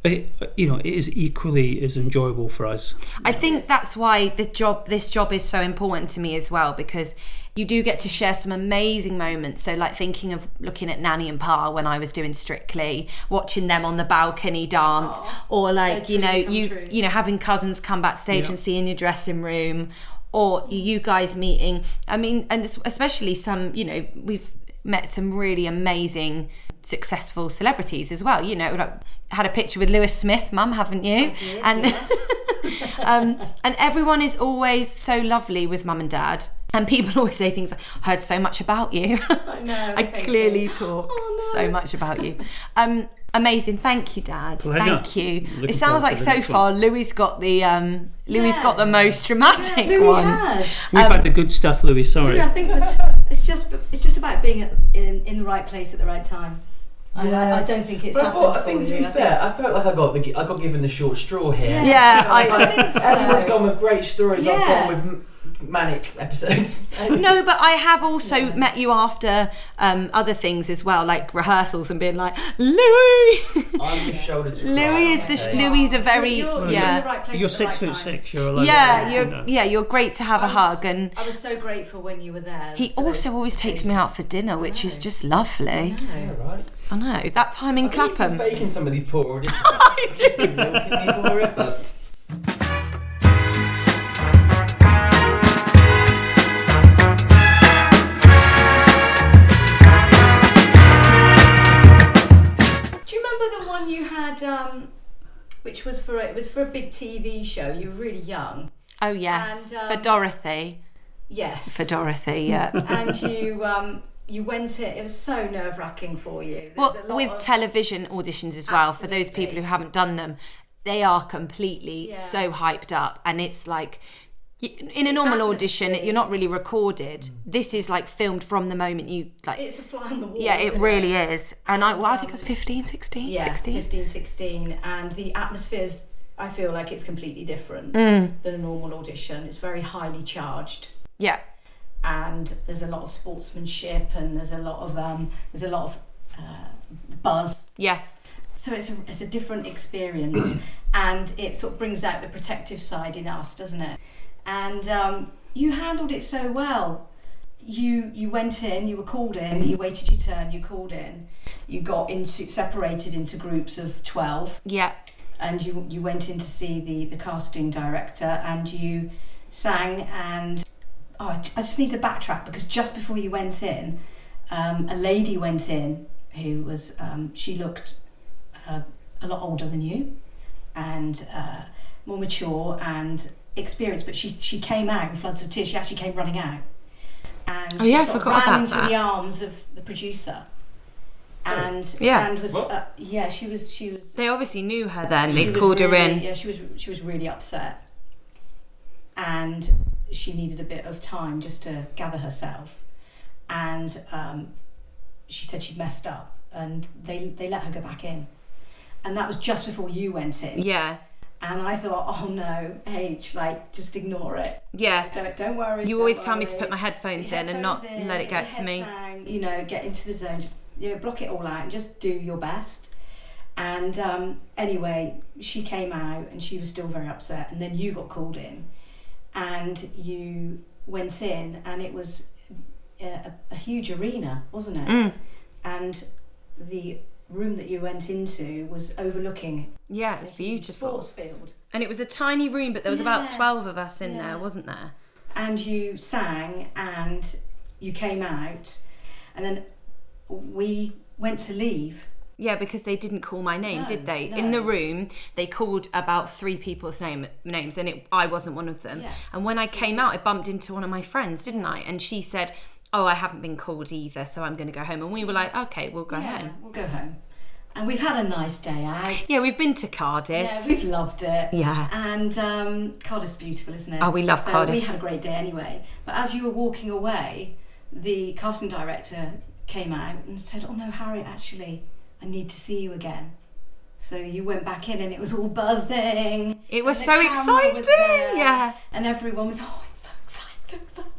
it, you know, it is equally as enjoyable for us. I think that's why the job this job is so important to me as well because you do get to share some amazing moments. So like thinking of looking at Nanny and Pa when I was doing Strictly, watching them on the balcony dance, or like a you know dream come you true. you know having cousins come backstage Yeah. and see in your dressing room, or you guys meeting. I mean, and es- especially some you know we've met some really amazing successful celebrities as well you know like had a picture with lewis smith mum haven't you and um, and everyone is always so lovely with mum and dad. And people [laughs] always say things like, heard so much about you. [laughs] I know, I thank clearly talk Oh, so much about you. Um, amazing. Thank you, Dad. Pleasure. Thank you. Looking it sounds forward like to the so next far Louis got the um Louis Yeah. got the most dramatic Louis one. has. We've Um, had the good stuff, Louis. Sorry. I think it's, it's just it's just about being at, in in the right place at the right time. I, I, I don't think it's. But I, happened thought, I for think to you. be I fair, I felt like I got the, I got given the short straw here. Yeah. Yeah, I I think so. Everyone's gone with great stories. I've Yeah. gone with m- manic episodes. [laughs] No, but I have also met you after um, other things as well, like rehearsals and being like, [laughs] Louis! I'm the shoulder to Louis is the sh- Louis is a very You're, you're in yeah the right place You're at the six right foot time. six. You're allowed yeah to- you're you know. yeah you're great to have a I was- hug and I was so grateful when you were there. he for those also always takes me out for dinner which is just lovely Yeah, right. i know that time in You're clapham faking some of these poor auditions. i do Milking people forever. Do you remember the one you had um, which was for a, it was for a big TV show. You were really young. Oh yes, And, for um, Dorothy. Yes. For Dorothy, [laughs] yeah. [laughs] and you um, you went it. It was so nerve wracking for you. There's well, a lot with of- television auditions as well. For those people Absolutely. who haven't done them, they are completely Yeah. so hyped up, and it's like. y- In a normal audition, atmosphere. you're not really recorded. This is like filmed from the moment you like. Mm. it's a fly on the wall. yeah, it isn't really is. And I, And, well, I think I um, was 15, 16, yeah, 16. 15, 16. And the atmosphere's, I feel like it's completely different than a normal audition. It's very highly charged. Yeah, And there's a lot of sportsmanship and there's a lot of, um, there's a lot of uh, buzz. yeah, So it's a, it's a different experience and it sort of brings out the protective side in us, doesn't it? And um, you handled it so well. You you went in, you were called in, you waited your turn, you called in. You got into separated into groups of 12 yeah. and you you went in to see the the casting director and you sang and oh, I j- I just need to backtrack because just before you went in, um, a lady went in who was um, she looked uh, a lot older than you and uh, more mature and experienced, but she she came out in floods of tears. She actually came running out. And Oh, she yeah, I sort of forgot ran about into that. Oh, the arms of the producer, and Yeah. and was uh, yeah she was she was They obviously knew her then. she They'd was called her really- in. Yeah, she was she was really upset, and she needed a bit of time just to gather herself. And um, she said she'd messed up, and they they let her go back in, and that was just before you went in. Yeah, And I thought, oh no, H, like just ignore it. yeah. Don't don't worry. You don't always tell me to worry. put my headphones in and not Headphones in, let it put your get to head me. down, you know, get into the zone. Just you know, block it all out and just do your best. And um, anyway, she came out and she was still very upset. And then you got called in, and you went in, and it was a, a, a huge arena, wasn't it? Mm. And the room that you went into was overlooking Yeah, a it was huge beautiful. sports field. And it was a tiny room, but there was about Yeah. 12 of us in Yeah. there, wasn't there? and you sang and you came out and then we went to leave Yeah, because they didn't call my name, No, did they? In no. the room, they called about three people's name, names, and it, I wasn't one of them. Yeah. And when I came out, I bumped into one of my friends, didn't I? And she said, Oh, I haven't been called either, so I'm going to go home. And we were like, Okay, we'll go yeah home. we'll go home and we've had a nice day out Yeah, we've been to Cardiff. yeah, we've loved it. Yeah. And um, Cardiff's beautiful, isn't it? Oh, we love so Cardiff. We had a great day anyway. But as you were walking away, the casting director came out and said, Oh, no, Harriet, actually, I need to see you again. So you went back in and it was all buzzing. It was And so the camera was exciting, there. yeah. And everyone was, Oh, I'm so excited, so excited.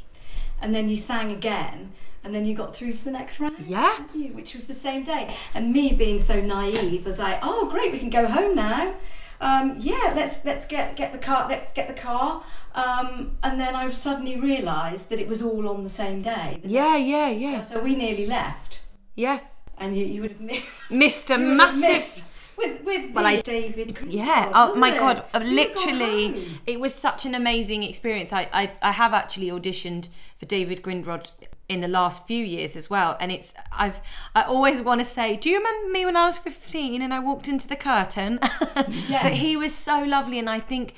And then you sang again. And then you got through to the next round. Yeah. didn't you? Which was the same day. And me being so naive was like, oh great, we can go home now. Um, yeah, let's let's get get the car let, get the car. Um, and then I suddenly realised that it was all on the same day. The yeah, yeah, yeah. next- So we nearly left, Yeah. and you, you would have missed. Missed a you would have massive. missed with with Well, the I- David. Yeah. Copperfield, Oh my wasn't god. it? Uh, You'd have gone Literally, home. it was such an amazing experience. I, I I have actually auditioned for David Grindrod in the last few years as well, and it's I've I always want to say, do you remember me when I was fifteen and I walked into the curtain? [laughs] But he was so lovely, and I think.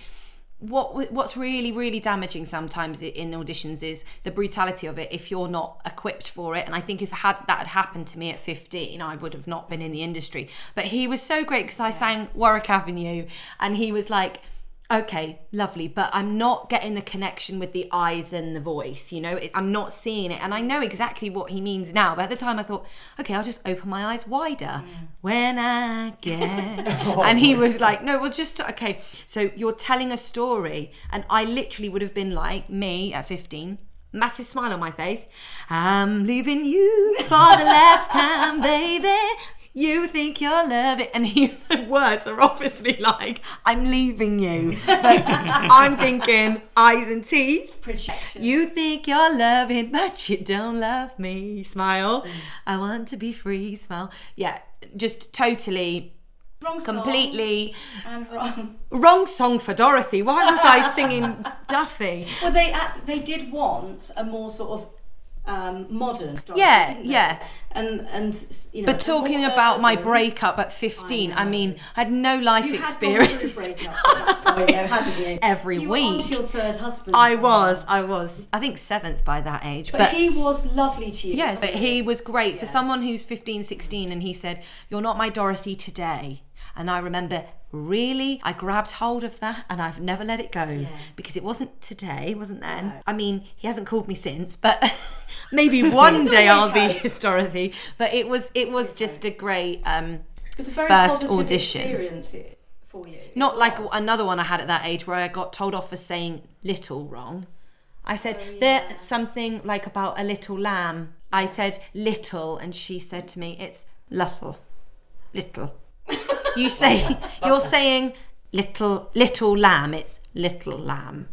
What w- what's really really damaging sometimes i- in auditions is the brutality of it if you're not equipped for it and I think if had that had happened to me at 15 I would have not been in the industry but he was so great because I sang Warwick Avenue and he was like okay lovely but I'm not getting the connection with the eyes and the voice you know It- I'm not seeing it and I know exactly what he means now but at the time I thought okay I'll just open my eyes wider when I get [laughs] and he was like no well just okay so you're telling a story and I literally would have been like me at 15 massive smile on my face I'm leaving you for the last time baby you think you're loving and he [laughs] the words are obviously like I'm leaving you [laughs] Like, I'm thinking eyes and teeth Projection. you think you're loving, but you don't love me. Smile. I want to be free. Smile. Yeah, just totally, wrong song completely and wrong. wrong song for Dorothy. [laughs] Why was I singing Duffy? Well, they uh, they did want a more sort of um, modern. dancers, Yeah, didn't they? yeah. And and you know. But talking about my breakup at 15, I, mean, I had no life You had gone through experience. breakups [laughs] at that point, though, hadn't you? Every you Were on week. to your third husband. [laughs] I was, I was, I think seventh by that age. But, But, he was lovely to you. yes, wasn't but he was great for someone who's 15, 16, and he said, You're not my Dorothy today. And I remember really, I grabbed hold of that and I've never let it go because it wasn't today, it wasn't then. I mean, he hasn't called me since, but [laughs] maybe one day I'll be his Dorothy. But it was, it was just a great, um, It was a very first positive audition. experience i- for you. Not like another one I had at that age where I got told off for saying little wrong. I said there's something like about a little lamb. I said little, and she said to me, "It's little, little." you say [laughs] you're saying little, little lamb. It's little lamb.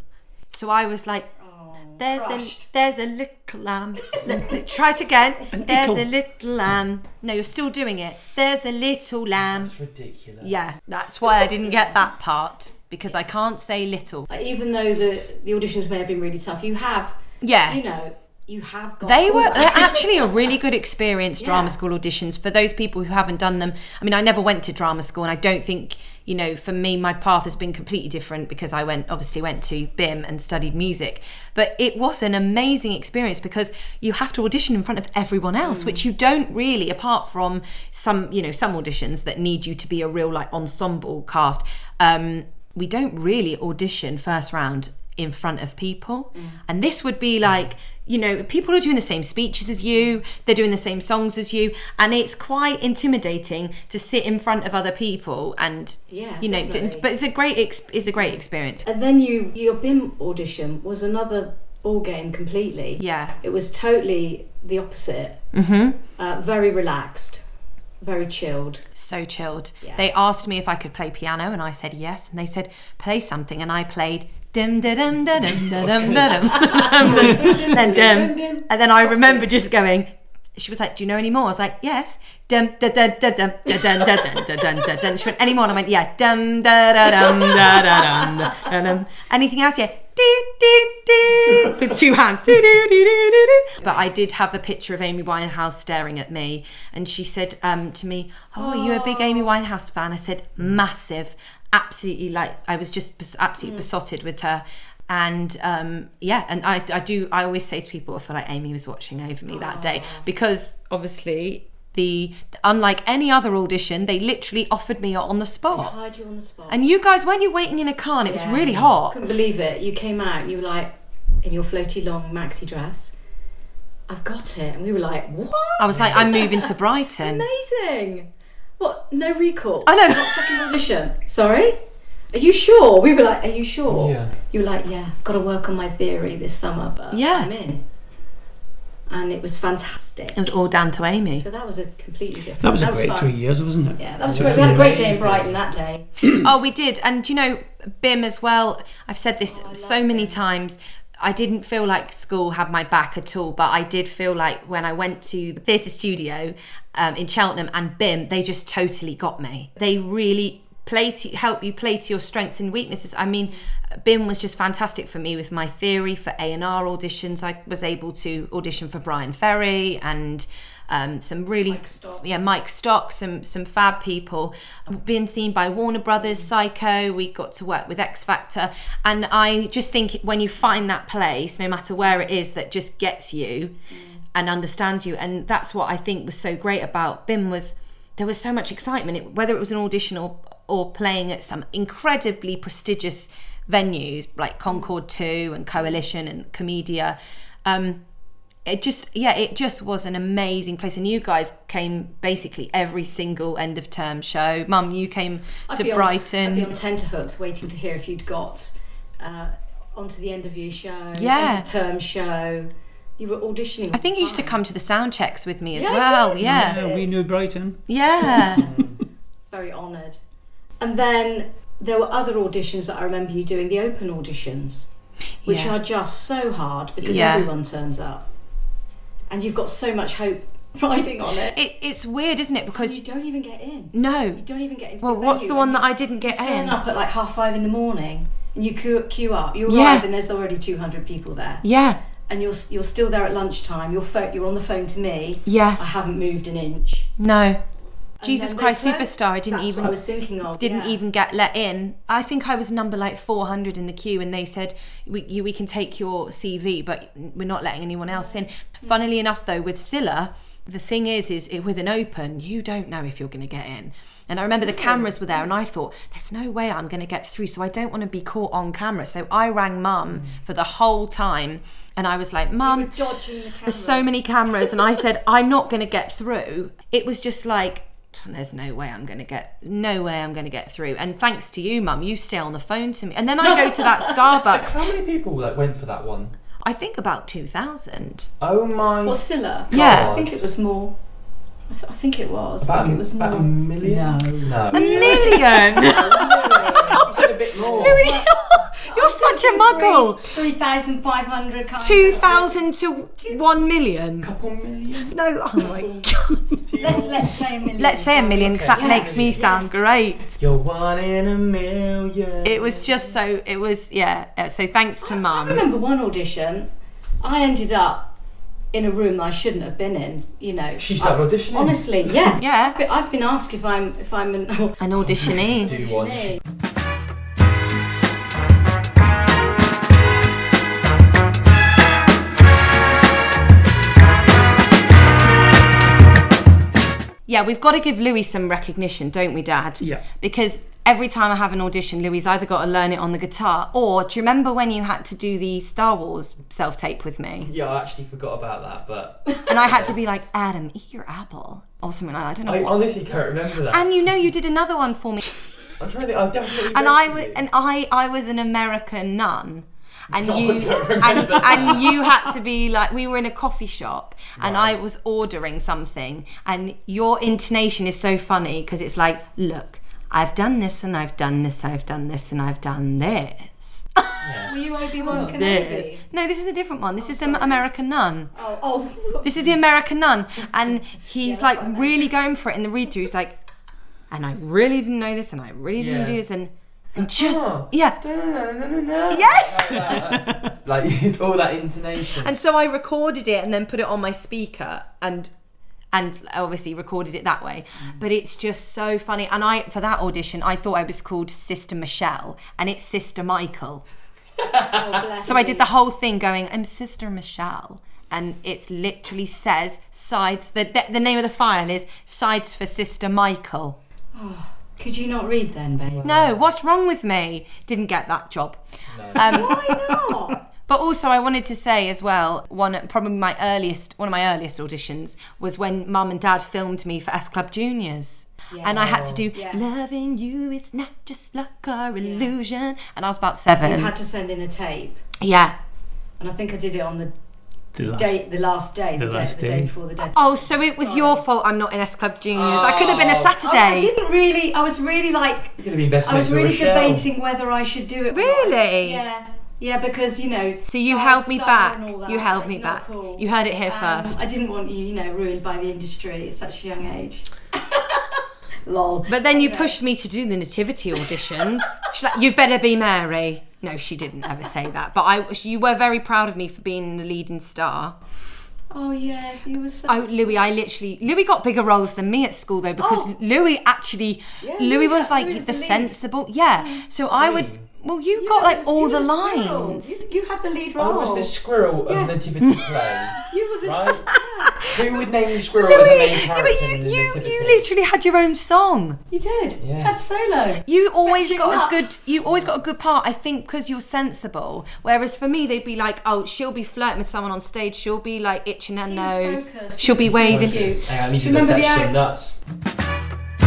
So I was like, Oh, "There's a there's a little lamb." Li- li- Try it again. There's a little lamb. No, you're still doing it. There's a little lamb. It's ridiculous. Yeah, that's why I didn't get that part because I can't say little. Like, even though the the auditions may have been really tough, you have. Yeah. You know, you have got. They through were they're that. actually a [laughs] really good experience drama Yeah. school auditions for those people who haven't done them. I mean, I never went to drama school and I don't think, you know, for me my path has been completely different because I went obviously went to BIM and studied music. But it was an amazing experience because you have to audition in front of everyone Hmm. else, which you don't really apart from some, you know, some auditions that need you to be a real like ensemble cast. Um we don't really audition first round in front of people. Hmm. And this would be like, you know, people are doing the same speeches as you, they're doing the same songs as you, and it's quite intimidating to sit in front of other people and Yeah, you know, d- definitely. but it's a great ex- it's a great experience. And then you your BIM audition was another ball game completely. Yeah. It was totally the opposite. Mm-hmm. Uh, very relaxed, very chilled. So chilled. Yeah. They asked me if I could play piano and I said yes, and they said play something and I played Dum da dum da dum da dum da dum [laughs] then dum and then I remember just going she was like, Do you know any more? I was like, Yes. Dum da dum da dum da dum da dum da dum da dum. She went, any more? And I went, Yeah, dum da da dum da da dum da dum. Anything else? Yeah. Do, do, do. With two hands. Do, do, do, do, do, do. But I did have a picture of Amy Winehouse staring at me, and she said um, to me, "Oh, are you a big Amy Winehouse fan?" I said, "Massive, absolutely." Like I was just bes- absolutely besotted with her, and um, yeah, and I, I do. I always say to people, I feel like Amy was watching over me that day because obviously the unlike any other audition, they literally offered me on the spot. Hired you on the spot. And you guys, weren't you waiting in a car? And it was really hot. couldn't believe it. You came out and you were like in your floaty long maxi dress. I've got it. And we were like, what? I was like, I'm moving to Brighton. Amazing. What? No recall. I know. Not fucking audition. Sorry. Are you sure? We were like, are you sure? Yeah. You were like, yeah. Got to work on my theory this summer, but Yeah. I'm in. And it was fantastic. It was all down to Amy. So that was a completely different. That was a great fun. three years, wasn't it? Yeah, that was great. We had a great day in Brighton that day. oh, we did. And do you know, BIM as well, I've said this so many times. I didn't feel like school had my back at all, but I did feel like when I went to the theatre studio um, in Cheltenham and BIM, they just totally got me. They really play to help you play to your strengths and weaknesses. I mean, BIM was just fantastic for me with my theory for A and R auditions. I was able to audition for Brian Ferry and um, some really yeah Mike Stock, some some fab people. Being seen by Warner Brothers, Psycho. We got to work with X Factor, and I just think when you find that place, no matter where it is, that just gets you and understands you, and that's what I think was so great about BIM was there was so much excitement, it, whether it was an audition or or playing at some incredibly prestigious venues like Concord Two and Coalition and Comedia. Um, it just yeah it just was an amazing place and you guys came basically every single end of term show mum you came to be on- I'd be brighton on tenterhooks waiting to hear if you'd got uh, onto the end of your show, Yeah. end of term show. You were auditioning. i think you used to come to the sound checks with me as Yeah, I well did. yeah Yeah, we knew Brighton. yeah very honoured. And then there were other auditions that I remember you doing, the open auditions, [laughs] which Yeah. are just so hard because Yeah. everyone turns up, and you've got so much hope [laughs] riding on it. it, it's weird isn't it because you don't even get in. You no don't even get into. well the what's venue the one and that you- i didn't get turn in up at like half five in the morning and you queue, queue up. You arrive Yeah. and there's already 200 people there. yeah and you're s- you're still there at lunchtime. You're pho- you're on the phone to me. Yeah. I haven't moved an inch. No. And Jesus then they Christ close. Superstar, I didn't That's even What I was thinking of. didn't yeah. even get let in. I think I was number like 400 in the queue, and they said we you, we can take your CV, but we're not letting anyone else in. Funnily enough, though, with Scylla, the thing is, is it, with an open, you don't know if you're going to get in. And I remember the cameras were there, and I thought, there's no way I'm going to get through, so I don't want to be caught on camera. So I rang mum for the whole time, and I was like, Mm. You mum, were dodging the there's so many cameras and i said i'm not going to get through it was just like there's no way i'm going to get no way i'm going to get through and thanks to you mum you stay on the phone to me and then i go to that starbucks How many people like went for that one? i think about 2000 Oh my! Or Scylla. Yeah. I think it was more. I, th- I think it was. I about, think it was a, more. about a million. No, a million a bit more. [laughs] you're such a muggle Three thousand five hundred. 2000 to 1 million couple million. no oh my god Let's let's say a million. let's say a million because that Yeah. makes me sound great You're one in a million. it was just so it was yeah uh, so thanks to I mum remember one audition. I ended up in a room that I shouldn't have been in. You know. She started I- auditioning. Honestly, yeah. [laughs] Yeah. But I've been asked if I'm if I'm an an auditionee Do one. Yeah, we've got to give Louis some recognition, don't we, Dad? Yeah. Because every time I have an audition, Louis either got to learn it on the guitar or do you remember when you had to do the Star Wars self tape with me? Yeah, I actually forgot about that, but And I had to be like, Adam, eat your apple or something like that. I don't know. I what. honestly don't remember that. and you know, you did another one for me, I'm trying to think. I definitely. and wrote I to was, you. and I, I was an American nun. And No, I you don't and, remember and you had to be like we were in a coffee shop and I was ordering something and your intonation is so funny because it's like look I've done this and I've done this I've done this and I've done this Were you Obi Wan Kenobi? this no this is a different one this is the American nun Oh, oh. [laughs] this is the American nun, and he's like really going for it in the read through. He's like, and I really didn't know this, and I really didn't Yeah. do this, and and just "Oh." yeah, yeah. yeah. Like [laughs] it's all that intonation. And so I recorded it and then put it on my speaker, and and obviously recorded it that way. But it's just so funny. And I for that audition, I thought I was called Sister Michelle, and it's Sister Michael. [laughs] So I did the whole thing going, I'm Sister Michelle. And it literally says sides, the, the, the name of the file is Sides for Sister Michael. Could you not read then, babe? No, what's wrong with me? Didn't get that job. Um, Why not? [laughs] But also, I wanted to say as well, one probably my earliest, one of my earliest auditions was when Mum and Dad filmed me for S Club Juniors, and I had to do Yeah. "Loving You Is Not Just Luck or Illusion," and I was about seven. You had to send in a tape, yeah. and I think I did it on the The last- day, the last day, the, The day, last the day. day before the deadline. Oh, so it was your fault. I'm not in S Club Juniors. I could have been a Oh. Oh, I Saturday. didn't really. I was really like. You're gonna be best I mates was with really Rochelle. debating whether I should do it. or not. Really? Yeah. Yeah, because you know. so you star- held me star back. and all that, You held like, me not back. cool. You heard it here Um, first. I didn't want you, you know, ruined by the industry at such a young age. [laughs] Lol. But then you pushed me to do the nativity auditions. She's like, "You better be Mary." No, she didn't ever say that. But I, you were very proud of me for being the leading star. Oh yeah, you were so. Oh, Louis, I literally Louis got bigger roles than me at school though because Oh. Louis actually Yeah, Louis Louis was got- like Louis was the the lead. sensible. Yeah. So I would. Well, you got like all the lines. You, you had the lead I role. was Oh. the squirrel Yeah. of [laughs] nativity play, you were the. right? Who would name the squirrel as the Louis, main yeah, character but you, in the you, nativity? you literally had your own song. You did. Yeah. Had solo. You always Fetching got a good. nuts. You always got a good part, I think, because you're sensible. Whereas for me, they'd be like, "Oh, she'll be flirting with someone on stage. She'll be like itching her nose. focused. She'll be He was waving." focused. you. Hang on, I need you to Remember fetch the some out- nuts.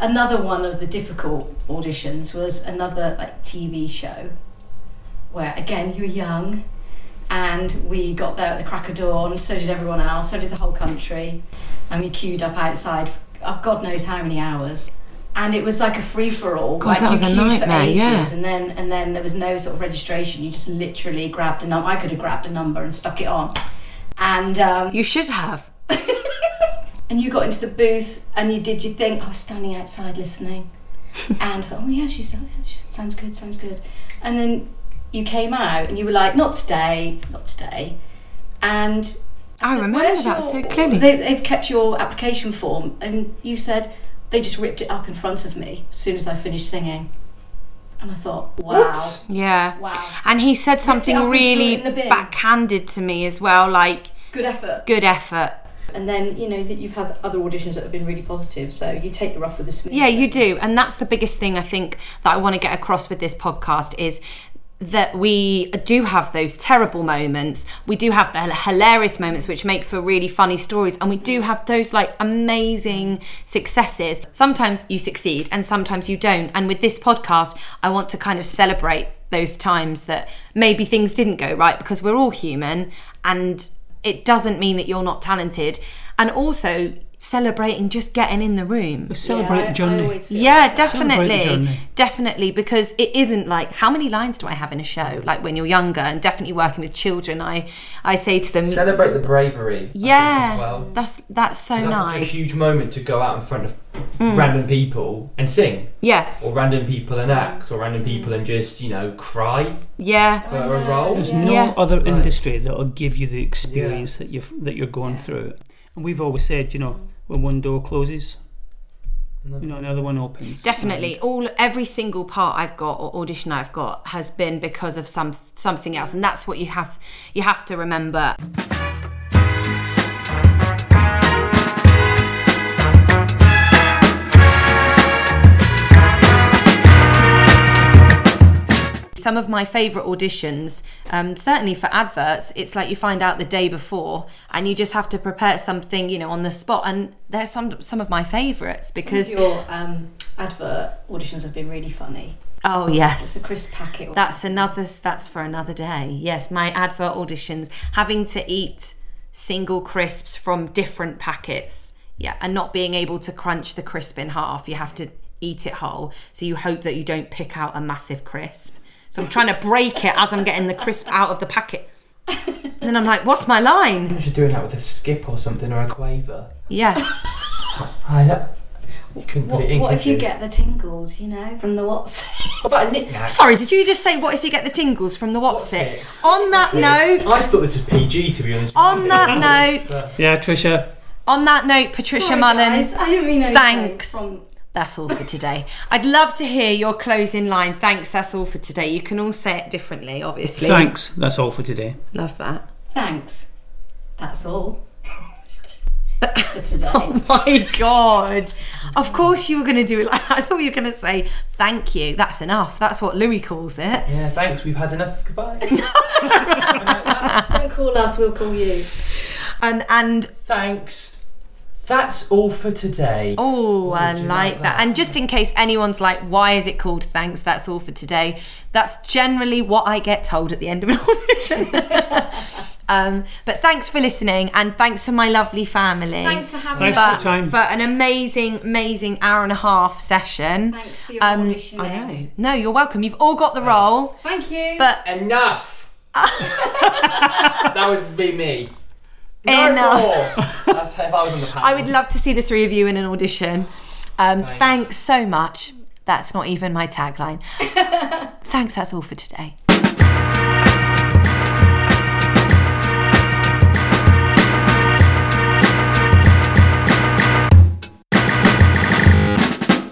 Another one of the difficult auditions was another like TV show, where again you were young, and we got there at the crack of dawn. So did everyone else. So did the whole country, and we queued up outside. For oh, God knows how many hours. And it was like a free for all. God, like that you was a queued nightmare, for ages, yeah. and then and then there was no sort of registration. You just literally grabbed a number. I could have grabbed a number and stuck it on, and um, You should have. and you got into the booth and you did your thing. I was standing outside [laughs] listening, and thought, oh yeah, she's yeah, she sounds good, sounds good. And then you came out and you were like, not today, not today. And I said, remember "Where's that so clearly." They, they've kept your application form, and you said they just ripped it up in front of me as soon as I finished singing. And I thought, wow. Yeah. Wow. And he said up something and threw it really in the bin. backhanded to me as well, like Good effort. good effort. And then, you know, that you've had other auditions that have been really positive, so you take the rough with the smooth. Yeah, you do. And that's the biggest thing I think that I want to get across with this podcast is that we do have those terrible moments. We do have the hilarious moments which make for really funny stories and we do have those like amazing successes. Sometimes you succeed and sometimes you don't. And with this podcast, I want to kind of celebrate those times that maybe things didn't go right because we're all human and it doesn't mean that you're not talented. And also celebrating just getting in the room. Celebrate I- I the journey. always feel Yeah, Celebrate the definitely. journey. Definitely, because it isn't like how many lines do I have in a show? Like when you're younger and definitely working with children, I, I say to them, Celebrate the bravery. I think, as yeah, well. that's that's so That's such a nice. Mm. huge moment to go out in front of random people and sing, Yeah, or random people and act, or random people and just you know cry Mm. yeah, for a role. There's no Yeah. other Right. industry that'll give you the experience that you are that you're going through. And we've always said, you know, when one door closes, you know, another one opens. definitely. All every single part I've got or audition I've got has been because of some something else, and that's what you have you have to remember. some of my favourite auditions, um, certainly for adverts, it's like you find out the day before and you just have to prepare something, you know, on the spot. And they're some some of my favourites because Your um, advert auditions have been really funny. oh yes, The Chris Packett one. that's another that's for another day. Yes, my advert auditions, having to eat single crisps from different packets. Yeah, and not being able to crunch the crisp in half. You have to eat it whole. So you hope that you don't pick out a massive crisp. So I'm trying to break it as I'm getting the crisp out of the packet. And then I'm like, what's my line? I should do it out with a skip or something or a quaver. Yeah. I that you couldn't put it What, in. what could if you get the tingles, you know, from the [laughs] what's? What about a knick-knack? Sorry, did you just say what if you get the tingles from the what's, What's it? it? On that I note thought this was PG to be honest. with on you. [laughs] that note Yeah, Tricia. on that note, Patricia Sorry, Mullen. guys, I didn't mean anything Thanks. From That's all for today. I'd love to hear your closing line. Thanks, that's all for today. You can all say it differently, obviously. Thanks. That's all for today. Love that. [laughs] thanks. That's all for today. Oh, My God. Of course you were going to do it [laughs] like I thought you were going to say thank you. That's enough. That's what Louis calls it. Yeah, thanks. We've had enough. Goodbye. [laughs] Don't call us, we'll call you. Um, and thanks. That's all for today. Oh, I like, Would you that. like that? And just in case anyone's like, why is it called thanks? That's all for today. That's generally what I get told at the end of an [laughs] audition. [laughs] um, but thanks for listening and thanks to my lovely family. Thanks for having Thanks us. for the time. for an amazing, amazing hour and a half session. Thanks for your auditioning. Um, I know. No, you're welcome. You've all got the role. Thank you. But Enough. [laughs] that would be me. No Enough. more. That's if I was on the panel. I would love to see the three of you in an audition. Um, Thanks. [laughs] thanks so much. That's not even my tagline. thanks, that's all for today.